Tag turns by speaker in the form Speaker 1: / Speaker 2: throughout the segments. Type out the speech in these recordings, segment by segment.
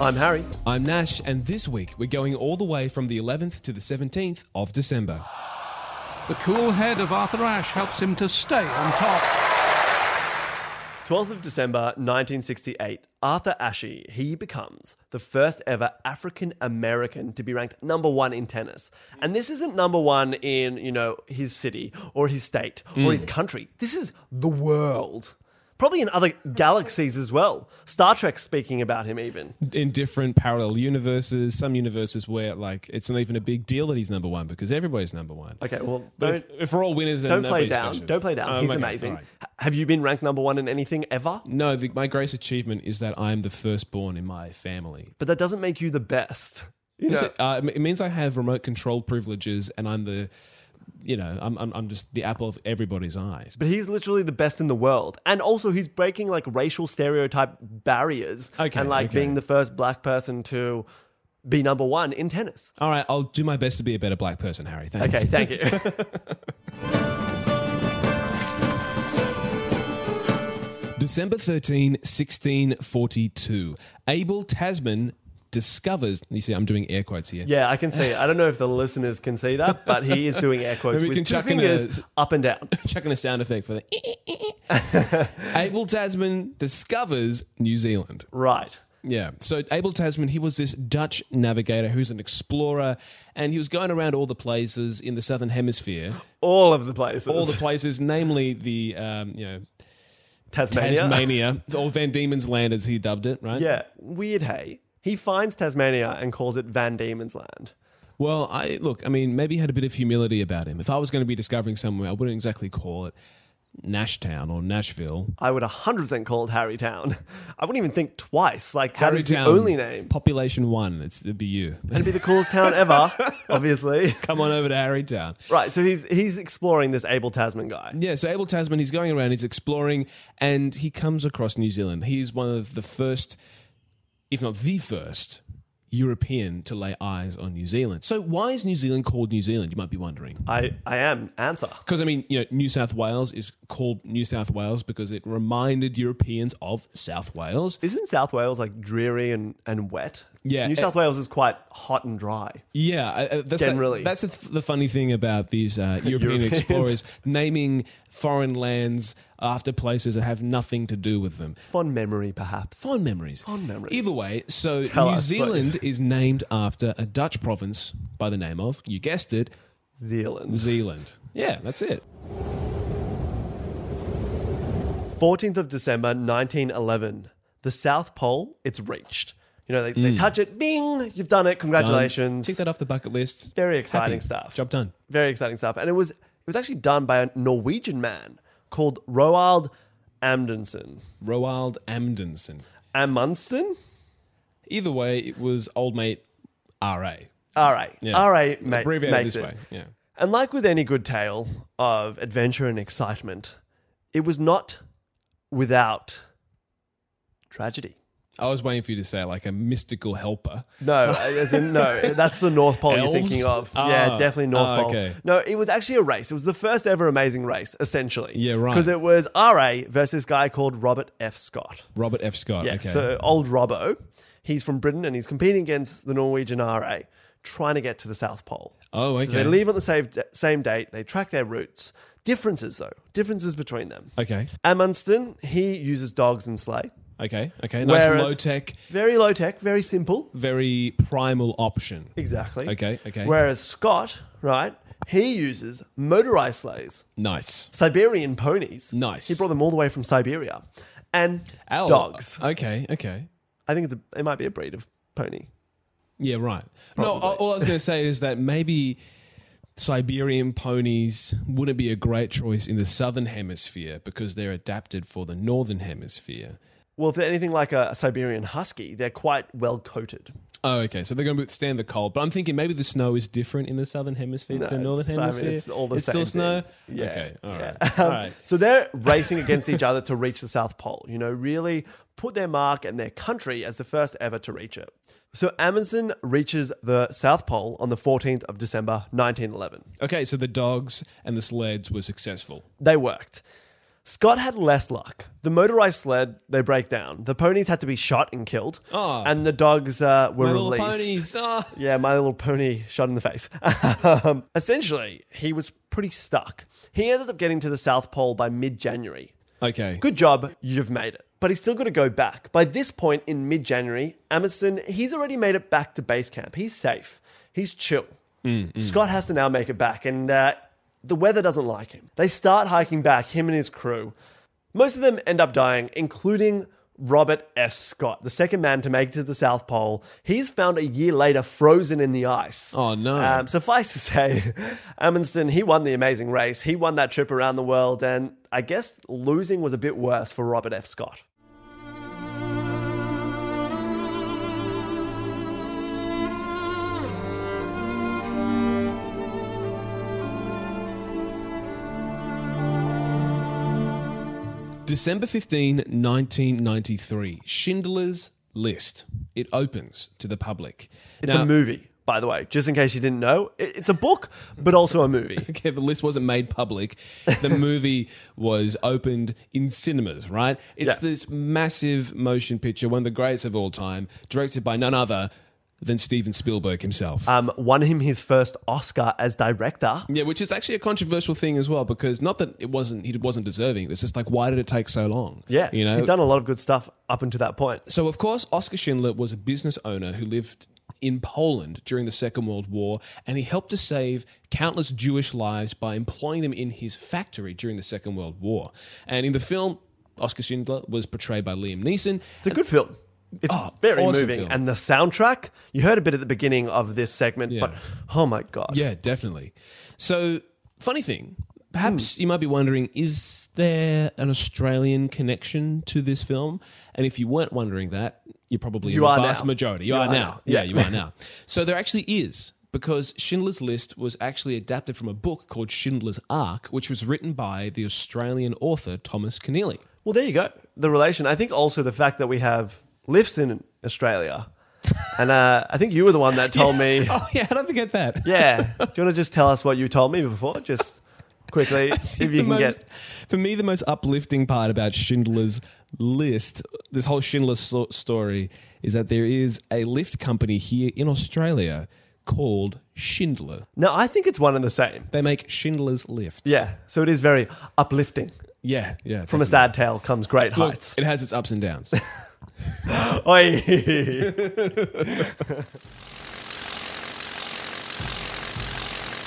Speaker 1: I'm Harry.
Speaker 2: I'm Nash, and this week we're going all the way from the 11th to the 17th of December.
Speaker 3: The cool head of Arthur Ashe helps him to stay on top.
Speaker 1: 12th of December 1968, Arthur Ashe, he becomes the first ever African American to be ranked number 1 in tennis. And this isn't number 1 in, you know, his city or his state or
Speaker 2: Mm.
Speaker 1: his country. This is the world. Probably in other galaxies as well. Star Trek's speaking about him even.
Speaker 2: In different parallel universes, some universes where like it's not even a big deal that he's number one because everybody's number one.
Speaker 1: Okay, well,
Speaker 2: But
Speaker 1: don't
Speaker 2: if, if we're all winners, and
Speaker 1: don't play
Speaker 2: nobody's
Speaker 1: down.
Speaker 2: specials-
Speaker 1: Don't play down.
Speaker 2: Um,
Speaker 1: He's
Speaker 2: okay,
Speaker 1: amazing.
Speaker 2: all right.
Speaker 1: H- Have you been ranked number 1 in anything ever?
Speaker 2: No, the, my greatest achievement is that I'm the firstborn in my family.
Speaker 1: But that doesn't make you the best. You
Speaker 2: Is
Speaker 1: know,
Speaker 2: it- uh, it means I have remote control privileges, and I'm the, you know, I'm I'm, I'm just the apple of everybody's eyes.
Speaker 1: But he's literally the best in the world. And also, he's breaking like racial stereotype barriers
Speaker 2: Okay,
Speaker 1: and like
Speaker 2: okay.
Speaker 1: being the first black person to be number one in tennis.
Speaker 2: All right, I'll do my best to be a better black person, Harry. Thanks.
Speaker 1: Okay, thank you.
Speaker 2: December 13, 1642. Abel Tasman discovers, you see, I'm doing air quotes here.
Speaker 1: yeah, I can see. I don't know if the listeners can see that, but he is doing air quotes
Speaker 2: Maybe we
Speaker 1: with
Speaker 2: can
Speaker 1: two
Speaker 2: chuck in a-
Speaker 1: fingers up and down.
Speaker 2: Chucking a sound effect for the.
Speaker 1: Eh,
Speaker 2: Abel Tasman discovers New Zealand.
Speaker 1: Right.
Speaker 2: Yeah. So Abel Tasman, he was this Dutch navigator who's an explorer, and he was going around all the places in the southern hemisphere,
Speaker 1: All of the places.
Speaker 2: all the places, namely the um, you know
Speaker 1: Tasmania.
Speaker 2: Tasmania or Van Diemen's Land as he dubbed it, right?
Speaker 1: Yeah, weird, hey? He finds Tasmania and calls it Van Diemen's Land.
Speaker 2: Well, I look. I mean, maybe he had a bit of humility about him. If I was going to be discovering somewhere, I wouldn't exactly call it Nashtown or Nashville.
Speaker 1: I would 100% call it Harrytown. I wouldn't even think twice. Like, that is
Speaker 2: Harrytown,
Speaker 1: the only name.
Speaker 2: Population one. It's it'd be you.
Speaker 1: It'd be the coolest town ever, obviously.
Speaker 2: Come on over to Harrytown.
Speaker 1: Right, so he's he's exploring this Abel Tasman guy.
Speaker 2: Yeah, so Abel Tasman, he's going around, he's exploring, and he comes across New Zealand. He is one of the first, if not the first, European to lay eyes on New Zealand. So why is New Zealand called New Zealand? You might be wondering.
Speaker 1: I, I am answer.
Speaker 2: Because I mean, you know, New South Wales is called New South Wales because it reminded Europeans of South Wales.
Speaker 1: Isn't South Wales like dreary and, and wet?
Speaker 2: Yeah,
Speaker 1: New
Speaker 2: it-
Speaker 1: South Wales is quite hot and dry.
Speaker 2: Yeah, I- I- that's
Speaker 1: Generally.
Speaker 2: the, that's the, th- the funny thing about these uh, European
Speaker 1: Europeans.
Speaker 2: explorers naming foreign lands after places that have nothing to do with them.
Speaker 1: Fond memory, perhaps.
Speaker 2: Fond memories.
Speaker 1: Fond memories.
Speaker 2: Either way, so
Speaker 1: Tell
Speaker 2: New
Speaker 1: us,
Speaker 2: Zealand is named after a Dutch province by the name of, you guessed it,
Speaker 1: Zealand.
Speaker 2: Zealand. Yeah, that's it.
Speaker 1: 14th of December, 1911. The South Pole, it's reached. You know, they,
Speaker 2: Hmm.
Speaker 1: they touch it, bing, you've done it, congratulations.
Speaker 2: Um, Tick that off the bucket list.
Speaker 1: Very exciting
Speaker 2: Happy.
Speaker 1: stuff.
Speaker 2: Job done.
Speaker 1: Very exciting stuff. And it was it was actually done by a Norwegian man called Roald Amundsen.
Speaker 2: Roald Amundsen.
Speaker 1: Amundsen?
Speaker 2: Either way, it was old mate R.A.
Speaker 1: All right.
Speaker 2: Yeah.
Speaker 1: All right, mate.
Speaker 2: Abbreviated
Speaker 1: makes
Speaker 2: this
Speaker 1: it.
Speaker 2: way. Yeah.
Speaker 1: And like with any good tale of adventure and excitement, it was not without tragedy.
Speaker 2: I was waiting for you to say like a mystical helper.
Speaker 1: No, as in, no, that's the North Pole you're
Speaker 2: Elves?
Speaker 1: thinking of.
Speaker 2: Ah.
Speaker 1: yeah, definitely North
Speaker 2: Ah,
Speaker 1: Pole.
Speaker 2: okay.
Speaker 1: No, it was actually a race. It was the first ever amazing race, essentially.
Speaker 2: Yeah, right.
Speaker 1: Because it was RA versus guy called Robert F. Scott.
Speaker 2: Robert F. Scott.
Speaker 1: Yeah,
Speaker 2: okay.
Speaker 1: so old Robbo, he's from Britain and he's competing against the Norwegian RA, trying to get to the South Pole.
Speaker 2: Oh,
Speaker 1: So they
Speaker 2: okay.
Speaker 1: leave on the same, same date, they track their routes. Differences, though, differences between them.
Speaker 2: okay.
Speaker 1: Amundsen, he uses dogs and sleigh.
Speaker 2: Okay. Okay. Nice
Speaker 1: Whereas-
Speaker 2: low tech,
Speaker 1: Very low tech, very simple.
Speaker 2: very primal option.
Speaker 1: Exactly.
Speaker 2: Okay, okay.
Speaker 1: Whereas Scott, right, he uses motorized sleighs,
Speaker 2: Nice.
Speaker 1: Siberian ponies.
Speaker 2: Nice.
Speaker 1: He brought them all the way from Siberia. And
Speaker 2: Owl.
Speaker 1: dogs.
Speaker 2: Okay. Okay.
Speaker 1: I think it's a, it might be a breed of pony.
Speaker 2: Yeah, right. No,
Speaker 1: Probably.
Speaker 2: all all I was going to say is that maybe Siberian ponies wouldn't be a great choice in the southern hemisphere because they're adapted for the northern hemisphere.
Speaker 1: Well, if they're anything like a Siberian husky, they're quite well coated.
Speaker 2: Oh, okay. So they're going to withstand the cold, but I'm thinking maybe the snow is different in the southern hemisphere to the
Speaker 1: No,
Speaker 2: northern
Speaker 1: it's- I mean,
Speaker 2: hemisphere.
Speaker 1: it's all the
Speaker 2: it's
Speaker 1: same
Speaker 2: still snow.
Speaker 1: thing. Yeah,
Speaker 2: Okay. All right.
Speaker 1: Um,
Speaker 2: All right.
Speaker 1: So they're racing against each other to reach the South Pole, you know, really put their mark and their country as the first ever to reach it. So Amundsen reaches the South Pole on the 14th of December 1911.
Speaker 2: Okay. So the dogs and the sleds were successful.
Speaker 1: They worked. Scott had less luck. The motorized sled, they break down. The ponies had to be shot and killed.
Speaker 2: Oh.
Speaker 1: And the dogs uh, were
Speaker 2: My Little
Speaker 1: released.
Speaker 2: Ponies, ah.
Speaker 1: Yeah, My Little Pony shot in the face. um, essentially, he was pretty stuck. He ended up getting to the South Pole by mid January.
Speaker 2: Okay.
Speaker 1: Good job, you've made it. But he's still got to go back. By this point in mid January, Amundsen, he's already made it back to base camp. He's safe, he's chill. Scott has to now make it back, and uh, the weather doesn't like him. They start hiking back, him and his crew. Most of them end up dying, including Robert F. Scott, the second man to make it to the South Pole. He's found a year later frozen in the ice.
Speaker 2: Oh, no.
Speaker 1: Um, suffice to say, Amundsen, he won the amazing race. He won that trip around the world, and I guess losing was a bit worse for Robert F. Scott.
Speaker 2: December 15, 1993. Schindler's List. It opens to the public.
Speaker 1: It's
Speaker 2: Now-
Speaker 1: a movie, by the way, just in case you didn't know. It- It's a book, but also a movie.
Speaker 2: Okay, the list wasn't made public. The movie was opened in cinemas, right? It's
Speaker 1: Yeah.
Speaker 2: this massive motion picture, one of the greatest of all time, directed by none other than Steven Spielberg himself.
Speaker 1: Um, won him his first Oscar as director.
Speaker 2: yeah, which is actually a controversial thing as well, because not that it wasn't he wasn't deserving. It's just like why did it take so long?
Speaker 1: Yeah,
Speaker 2: you know,
Speaker 1: he'd done a lot of good stuff up until that point.
Speaker 2: So, of course, Oscar Schindler was a business owner who lived in Poland during the Second World War, and he helped to save countless Jewish lives by employing them in his factory during the Second World War. And in the film, Oscar Schindler was portrayed by Liam Neeson.
Speaker 1: It's a good film. It's
Speaker 2: Oh,
Speaker 1: very
Speaker 2: awesome
Speaker 1: moving.
Speaker 2: film.
Speaker 1: And the soundtrack, you heard a bit at the beginning of this segment, but oh my God.
Speaker 2: Yeah, definitely. So, funny thing, perhaps you might be wondering is there an Australian connection to this film? And if you weren't wondering that, you're probably
Speaker 1: You
Speaker 2: in
Speaker 1: are
Speaker 2: the vast
Speaker 1: now.
Speaker 2: majority. You,
Speaker 1: You
Speaker 2: are,
Speaker 1: are
Speaker 2: now.
Speaker 1: now.
Speaker 2: Yeah,
Speaker 1: Yeah.
Speaker 2: you are now. So, there actually is. Because Schindler's List was actually adapted from a book called Schindler's Ark, which was written by the Australian author Thomas Keneally.
Speaker 1: Well, there you go. The relation. I think also the fact that we have lifts in Australia. And uh, I think you were the one that told me.
Speaker 2: Oh, yeah, how did I forget that?
Speaker 1: Yeah. Do you want to just tell us what you told me before? Just quickly, if you
Speaker 2: the
Speaker 1: can
Speaker 2: most-
Speaker 1: get.
Speaker 2: For me, the most uplifting part about Schindler's List, this whole Schindler's so- story, is that there is a lift company here in Australia called Schindler.
Speaker 1: No, I think it's one and the same.
Speaker 2: They make Schindler's lifts.
Speaker 1: Yeah. So it is very uplifting.
Speaker 2: yeah, yeah.
Speaker 1: From a sad tale comes great heights.
Speaker 2: It has its ups and downs.
Speaker 1: Oi.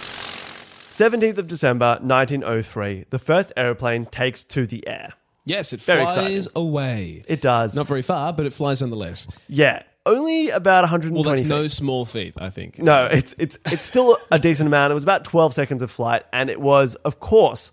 Speaker 1: Seventeenth of December, nineteen oh three, the first aeroplane takes to the air.
Speaker 2: yes, it
Speaker 1: Very
Speaker 2: flies
Speaker 1: exciting.
Speaker 2: away.
Speaker 1: It does.
Speaker 2: Not very far, but it flies nonetheless.
Speaker 1: yeah. Only about 120
Speaker 2: Well, that's
Speaker 1: feet.
Speaker 2: no small feat, I think.
Speaker 1: No, it's it's it's still a decent amount. It was about 12 seconds of flight, and it was, of course,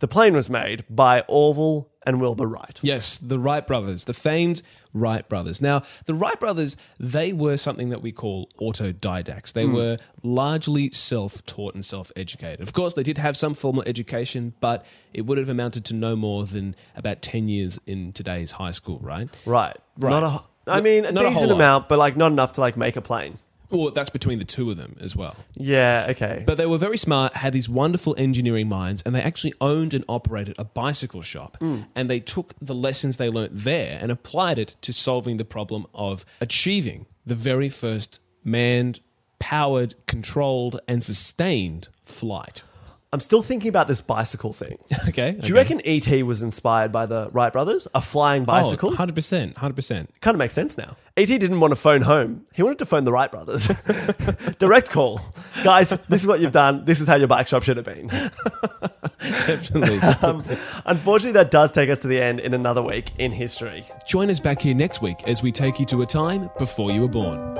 Speaker 1: the plane was made by Orville and Wilbur Wright.
Speaker 2: Yes, the Wright brothers, the famed Wright brothers. Now, the Wright brothers, they were something that we call autodidacts. They were largely self taught and self educated. Of course, they did have some formal education, but it would have amounted to no more than about 10 years in today's high school, right?
Speaker 1: Right.
Speaker 2: Right.
Speaker 1: Not a ho- I
Speaker 2: N-
Speaker 1: mean, a
Speaker 2: not a
Speaker 1: decent
Speaker 2: whole lot.
Speaker 1: amount, but like not enough to like make a plane.
Speaker 2: Well, that's between the two of them as well.
Speaker 1: Yeah, okay.
Speaker 2: But they were very smart, had these wonderful engineering minds, and they actually owned and operated a bicycle shop.
Speaker 1: Hmm.
Speaker 2: And they took the lessons they learnt there and applied it to solving the problem of achieving the very first manned, powered, controlled, and sustained flight.
Speaker 1: I'm still thinking about this bicycle thing.
Speaker 2: Okay.
Speaker 1: Do you reckon ET was inspired by the Wright brothers? A flying bicycle?
Speaker 2: Oh, Hundred percent, hundred percent.
Speaker 1: kind of makes sense now. ET didn't want to phone home. He wanted to phone the Wright brothers. Direct call. Guys, this is what you've done. This is how your bike shop should have been.
Speaker 2: Definitely.
Speaker 1: Um, Unfortunately, that does take us to the end in another week in history.
Speaker 2: Join us back here next week as we take you to a time before you were born.